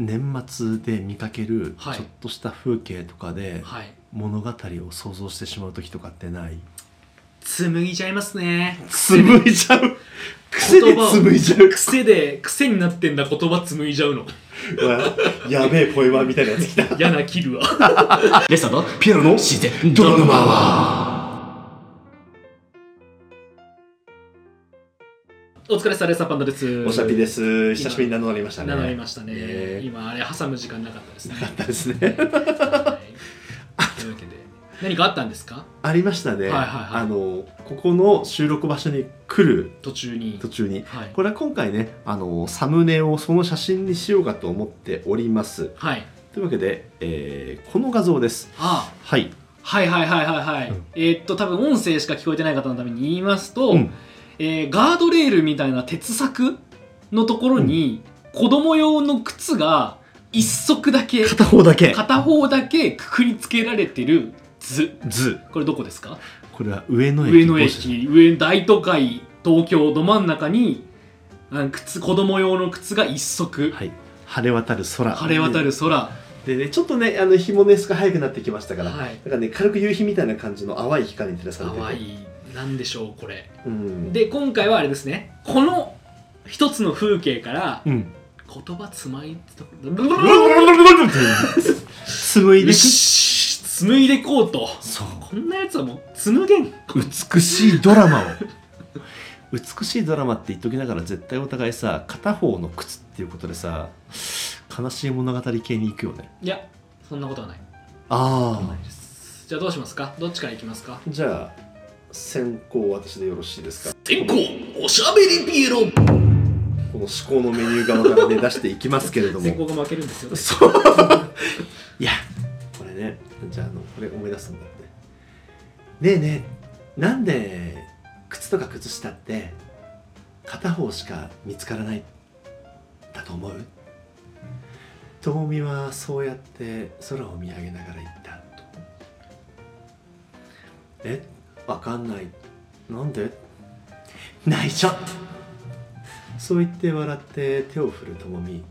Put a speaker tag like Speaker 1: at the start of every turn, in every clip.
Speaker 1: 年末で見かけるちょ
Speaker 2: はい
Speaker 1: っとした風景とかで
Speaker 2: はい
Speaker 1: 物語を想像してしまう時とかってない
Speaker 2: 紡いじゃいますね
Speaker 1: 紡いじゃう癖で
Speaker 2: 言葉を
Speaker 1: 紡いじゃう
Speaker 2: 癖で癖になってんだ言葉紡いじゃうの
Speaker 1: うわやべえポエマーみたいなやつ来た
Speaker 2: 嫌な切るわ レサの
Speaker 1: ピアノの
Speaker 2: 自然ドラマはお疲れ様ですサパンダです
Speaker 1: おしゃべりです久しぶりに名乗りましたね
Speaker 2: 名乗りましたね
Speaker 1: ねえ
Speaker 2: 今あれ挟む時間なかったです ね
Speaker 1: なかったですね
Speaker 2: はいというわけで何かあったんですか
Speaker 1: ありましたね、
Speaker 2: はいはいはい
Speaker 1: あのここの収録場所に来る
Speaker 2: 途中に
Speaker 1: 途中に
Speaker 2: はい
Speaker 1: これは今回ねあのサムネをその写真にしようかと思っております
Speaker 2: はい
Speaker 1: というわけで、えーこの画像です
Speaker 2: あ
Speaker 1: はい、
Speaker 2: はいはいはいはいはい、
Speaker 1: うん
Speaker 2: えーっと多分音声しか聞こえてない方のために言いますと、
Speaker 1: うん
Speaker 2: えーガードレールみたいな鉄柵のところに、子供用の靴が一足だけ
Speaker 1: 片方だけ
Speaker 2: 片方だけくくりつけられてる図
Speaker 1: 図
Speaker 2: これどこですか
Speaker 1: これは上野駅
Speaker 2: 上野駅上大都会東京ど真ん中にあ靴子供用の靴が一足
Speaker 1: はい晴れ渡る空
Speaker 2: 晴れ渡る空、
Speaker 1: でねちょっとねあの日もね少早くなってきましたから、
Speaker 2: はい
Speaker 1: なんかね軽く夕日みたいな感じの淡い光に照らされて
Speaker 2: 淡いなんでしょうこれ
Speaker 1: うん
Speaker 2: で今回はあれですねこの一つの風景から
Speaker 1: うん
Speaker 2: 言葉つまいつ
Speaker 1: 紡いで
Speaker 2: よ
Speaker 1: く
Speaker 2: し紡いでこうと
Speaker 1: そう
Speaker 2: こんなやつはもう紡げん
Speaker 1: 美しいドラマを美しいドラマって言っときながら絶対お互いさ片方の靴っていうことでさ悲しい物語系に行くよね
Speaker 2: いやそんなことはない
Speaker 1: ああ
Speaker 2: ですじゃあどうしますかどっちからいきますか
Speaker 1: じゃあ先行私でよろしいですか
Speaker 2: 先行おしゃべりピエロ
Speaker 1: この至高のメニュー側からね出していき ますけれど
Speaker 2: 先行
Speaker 1: も
Speaker 2: が負けるんですよ
Speaker 1: そういやこれねじゃああのこれ思い出すんだってねえねえなんで靴とか靴下って片方しか見つからないだと思うともみはそうやって空を見上げながら言ったとえわかんないなんで内緒そう言って笑って手を振るともみ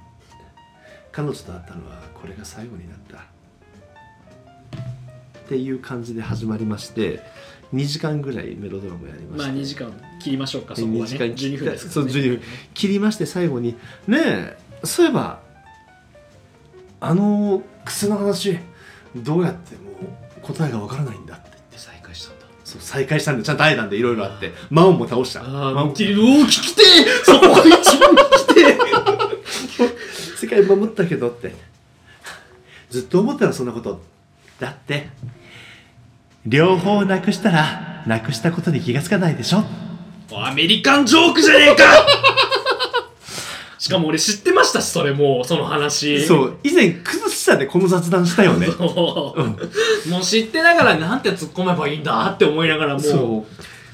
Speaker 1: 彼女と会ったのはこれが最後になったっていう感じで始まりまして2時間ぐらいメロドラマやりまし
Speaker 2: まあ
Speaker 1: た、
Speaker 2: 2時間切りましょうかそこはね
Speaker 1: 二時間切
Speaker 2: 12分ですから、ね、
Speaker 1: そう12分切りまして最後に「ねえそういえばあの靴の話どうやってもう答えがわからないんだ」って
Speaker 2: で再開したんだ
Speaker 1: そう再開したんでちゃんと会えたんでいろいろあってマオンも倒した
Speaker 2: あ
Speaker 1: マ
Speaker 2: あ
Speaker 1: オ
Speaker 2: 見
Speaker 1: ン
Speaker 2: てるおー聞きてえそこが一番聞きてえ
Speaker 1: 世界守ったけどってずっと思ったらそんなことだって両方なくしたらなくしたことに気がつかないでしょ
Speaker 2: アメリカンジョークじゃね えかしかも俺知ってましたしそれもうその話
Speaker 1: そう以前崩したでこの雑談したよ ね
Speaker 2: そう
Speaker 1: うん
Speaker 2: もう知ってながらなんて突っ込めばいいんだって思いながらもう
Speaker 1: そ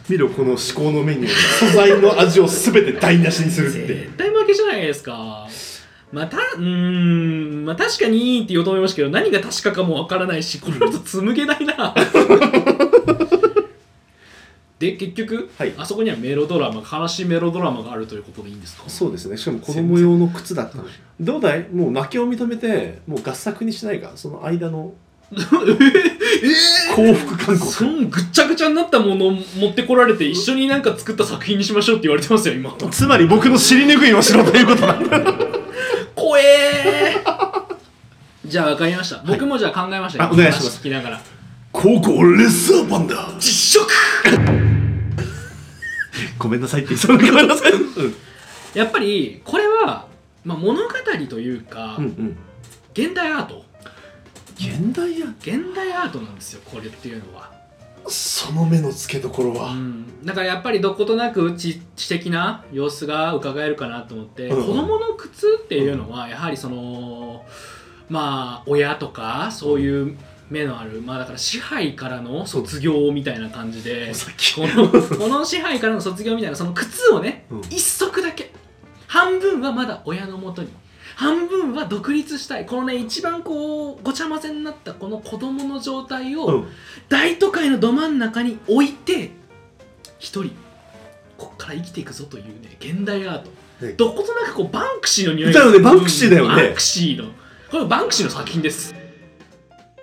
Speaker 1: う見ろこの至高のメニュー素材の味を全て台無しにするって
Speaker 2: 絶対負けじゃないですかまあたうーんまあ確かにって言おうと思いましたけど何が確かかもわからないしこの人紡げない なで結局、
Speaker 1: はい
Speaker 2: あそこにはメロドラマ悲しいメロドラマがあるということでいいんですか
Speaker 1: そうですねしかも子供用の靴だったのどうだいもう泣きを認めてもう合作にしないかその間 の幸福韓
Speaker 2: そ
Speaker 1: 国
Speaker 2: んぐっちゃぐちゃになったものを持ってこられて一緒になんか作った作品にしましょうって言われてますよ今
Speaker 1: つまり僕の尻拭いをしろということなんだ
Speaker 2: 怖えーじゃあ分かりました、僕もじゃあ考えましたよ
Speaker 1: あお願いします
Speaker 2: 話聞きながら
Speaker 1: 高校レッサーパンダ
Speaker 2: 実食
Speaker 1: ごめんなさいって言いそうなごめんなさい、うん、
Speaker 2: やっぱりこれは、まあ、物語というか、
Speaker 1: うん
Speaker 2: 現代アート
Speaker 1: 現代や
Speaker 2: 現代アートなんですよこれっていうのは、
Speaker 1: その目の付けどころ
Speaker 2: う
Speaker 1: は
Speaker 2: ん、だからやっぱりどことなく知知的な様子が伺えるかなと思って、
Speaker 1: うん
Speaker 2: 子どもの靴っていうのはやはりそのまあ親とかそういう目のある、まあだから支配からの卒業みたいな感じで、
Speaker 1: さっき
Speaker 2: このこの支配からの卒業みたいなその靴をね、
Speaker 1: うん
Speaker 2: 一足だけ半分はまだ親のもとに半分は独立したいこのね一番こうごちゃ混ぜになったこの子供の状態を、
Speaker 1: うん
Speaker 2: 大都会のど真ん中に置いて一人こっから生きていくぞというね現代アート
Speaker 1: ね
Speaker 2: どことなくこうバンクシーの匂い
Speaker 1: だよねバンクシーだよね
Speaker 2: うんバンクシーのこれはバンクシーの作品です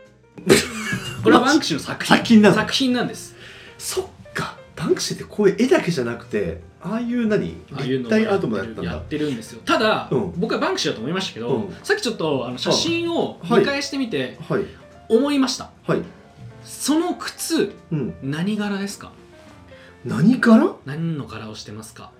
Speaker 2: これはバンクシーの作品
Speaker 1: 作品なの
Speaker 2: 作品なんです
Speaker 1: そっかバンクシーってこういう絵だけじゃなくてああいう何
Speaker 2: ああいう
Speaker 1: 立
Speaker 2: のを
Speaker 1: 体ア
Speaker 2: や
Speaker 1: ートもや
Speaker 2: っ
Speaker 1: ってたん
Speaker 2: るや
Speaker 1: だ
Speaker 2: ってるんですよただ、
Speaker 1: うん
Speaker 2: 僕はバンクシーだと思いましたけど、
Speaker 1: うん
Speaker 2: さっきちょっとあの写真を
Speaker 1: はい
Speaker 2: 見返してみて
Speaker 1: はい
Speaker 2: 思いました、
Speaker 1: はい
Speaker 2: その靴
Speaker 1: うん
Speaker 2: 何柄ですか
Speaker 1: 何柄
Speaker 2: 何の柄をしてますか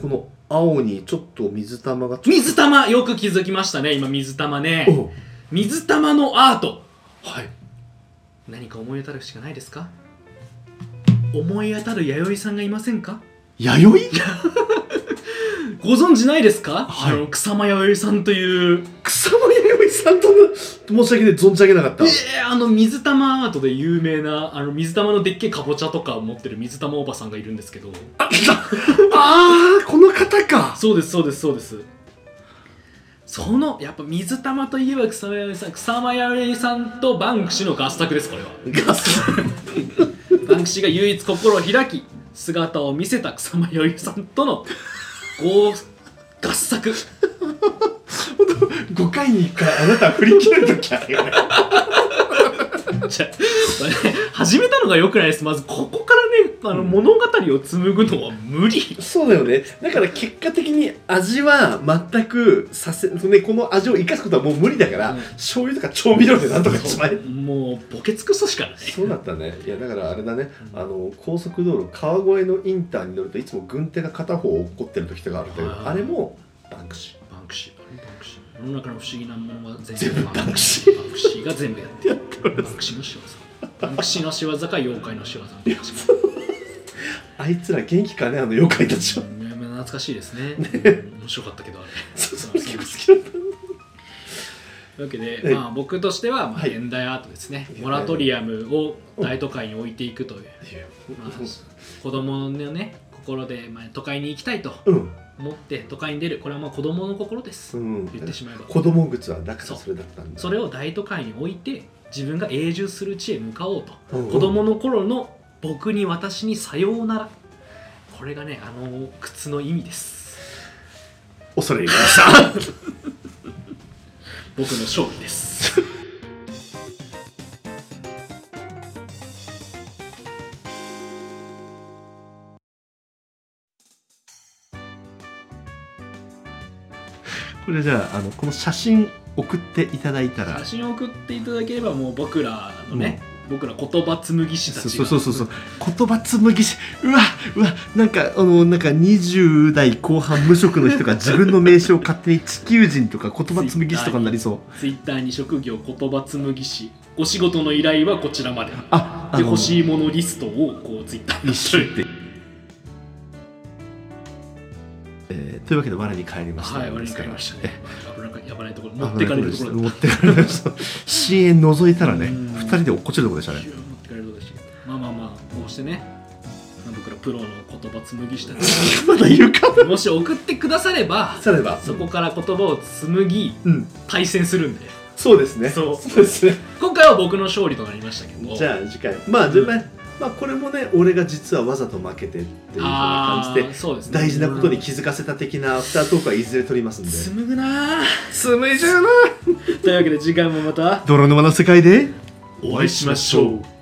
Speaker 1: この青にちょっと水玉が
Speaker 2: 水玉よく気づきましたね今水玉ね
Speaker 1: お
Speaker 2: 水玉のアート
Speaker 1: はい
Speaker 2: 何か思い当たるしかないですか思い当たる弥生さんがいませんか
Speaker 1: 弥生
Speaker 2: ご存知ないですか、
Speaker 1: はい
Speaker 2: あの草間弥生さんという
Speaker 1: 草間弥生さんとの申し訳ない存じ上げなかった
Speaker 2: えー、あの水玉アートで有名なあの水玉のでっけえかぼちゃとかを持ってる水玉おばさんがいるんですけど
Speaker 1: ああこの方か
Speaker 2: そうですそうですそうですそのやっぱ水玉といえば草間彌生さん草間彌生さんとバンクシーの合作ですこれは
Speaker 1: ガス
Speaker 2: バンクシーが唯一心を開き姿を見せた草間彌生さんとの合合作
Speaker 1: 5回に1回あなたは振り切る時あるよね
Speaker 2: じゃあこれね始めたのが良くないですまずここからねあの、
Speaker 1: うん
Speaker 2: 物語を紡ぐのは無理
Speaker 1: そうだよねだから結果的に味は全くさせ、ね、この味を生かすことはもう無理だから、
Speaker 2: うん
Speaker 1: 醤油とか調味料でなんとかしまえ
Speaker 2: もうボケ尽くすしかな い
Speaker 1: そうだったねいやだからあれだね
Speaker 2: うん
Speaker 1: あの高速道路川越のインターに乗るといつも軍手が片方落っこってる時とかあるけど
Speaker 2: あー
Speaker 1: あれもバンクシ
Speaker 2: バンクシーあれバンクシー世の中の不思議なものは全
Speaker 1: 全
Speaker 2: 部
Speaker 1: 部
Speaker 2: バン
Speaker 1: バン
Speaker 2: ク
Speaker 1: ク
Speaker 2: シ
Speaker 1: シ
Speaker 2: ーバンクシーが全部やってるバンクシーの仕業バンクシーの仕業か妖怪の仕業か
Speaker 1: ーあいつら元気かねあの妖怪たちは
Speaker 2: うん懐かしいですねうん面白かったけどあれ
Speaker 1: そうそう結構好きだっ
Speaker 2: というわけ
Speaker 1: は
Speaker 2: で、
Speaker 1: い
Speaker 2: まあ、僕としては、まあ、
Speaker 1: はい
Speaker 2: 現代アートですね、
Speaker 1: 現代
Speaker 2: モラトリアムを大都会に置いていくという、
Speaker 1: たっていう
Speaker 2: まあ、子供のね心で、まあ、都会に行きたいと
Speaker 1: うん
Speaker 2: 思って都会に出るこれはまあ子供の心です、
Speaker 1: うん
Speaker 2: 言ってしまえば
Speaker 1: 子供靴はだか
Speaker 2: そう
Speaker 1: らそれだったんだ
Speaker 2: それを大都会に置いて自分が永住する地へ向かおうと、
Speaker 1: うんうん
Speaker 2: 子供の頃の僕に私にさようならこれがねあの靴の意味です
Speaker 1: 恐れ入りました
Speaker 2: 僕の勝利です
Speaker 1: これじゃああのこの写真送っていただいたら
Speaker 2: 写真を送っていただければもう僕らのね、僕ら言葉紡ぎ師たち
Speaker 1: そ
Speaker 2: が
Speaker 1: うそうそうそうそう言葉紡ぎしうわうわなんかあのなんか20代後半無職の人が自分の名刺を勝手に地球人とか言葉紡ぎしとかになりそう
Speaker 2: ツイッターに職業言葉紡ぎ師お仕事の依頼はこちらまで
Speaker 1: ああ
Speaker 2: で
Speaker 1: の
Speaker 2: 欲しいものリストをこうツイッターに
Speaker 1: 一緒って、えーというわけで我に返りました
Speaker 2: はい終わりに変えましたね危なかやばないところ持ってかれるところだ
Speaker 1: 持
Speaker 2: った
Speaker 1: ってかれました深淵覗いたらね
Speaker 2: うん
Speaker 1: 2人で落っこちるとこでしたね
Speaker 2: いや持ってかれることでしたけどまあまあまあこうしてね僕らプロの言葉紡ぎ師たち
Speaker 1: まだいるか
Speaker 2: もし送ってくだされば
Speaker 1: されば
Speaker 2: そこから言葉を紡ぎ
Speaker 1: うん
Speaker 2: 対戦するんで
Speaker 1: そうですね
Speaker 2: そう
Speaker 1: そうですね
Speaker 2: 今回は僕の勝利となりましたけど
Speaker 1: じゃあ次回まあ、でもねまあこれもね俺が実はわざと負けてっていうふうな
Speaker 2: あ
Speaker 1: 感
Speaker 2: あ
Speaker 1: じ
Speaker 2: ー
Speaker 1: で
Speaker 2: そうですね
Speaker 1: 大事なことに気づかせた的なアフタートークはいずれ取りますんで
Speaker 2: 紡ぐなあ
Speaker 1: 紡いじゃうな
Speaker 2: というわけで次回もまた
Speaker 1: 泥沼の世界で
Speaker 2: お会いしましょう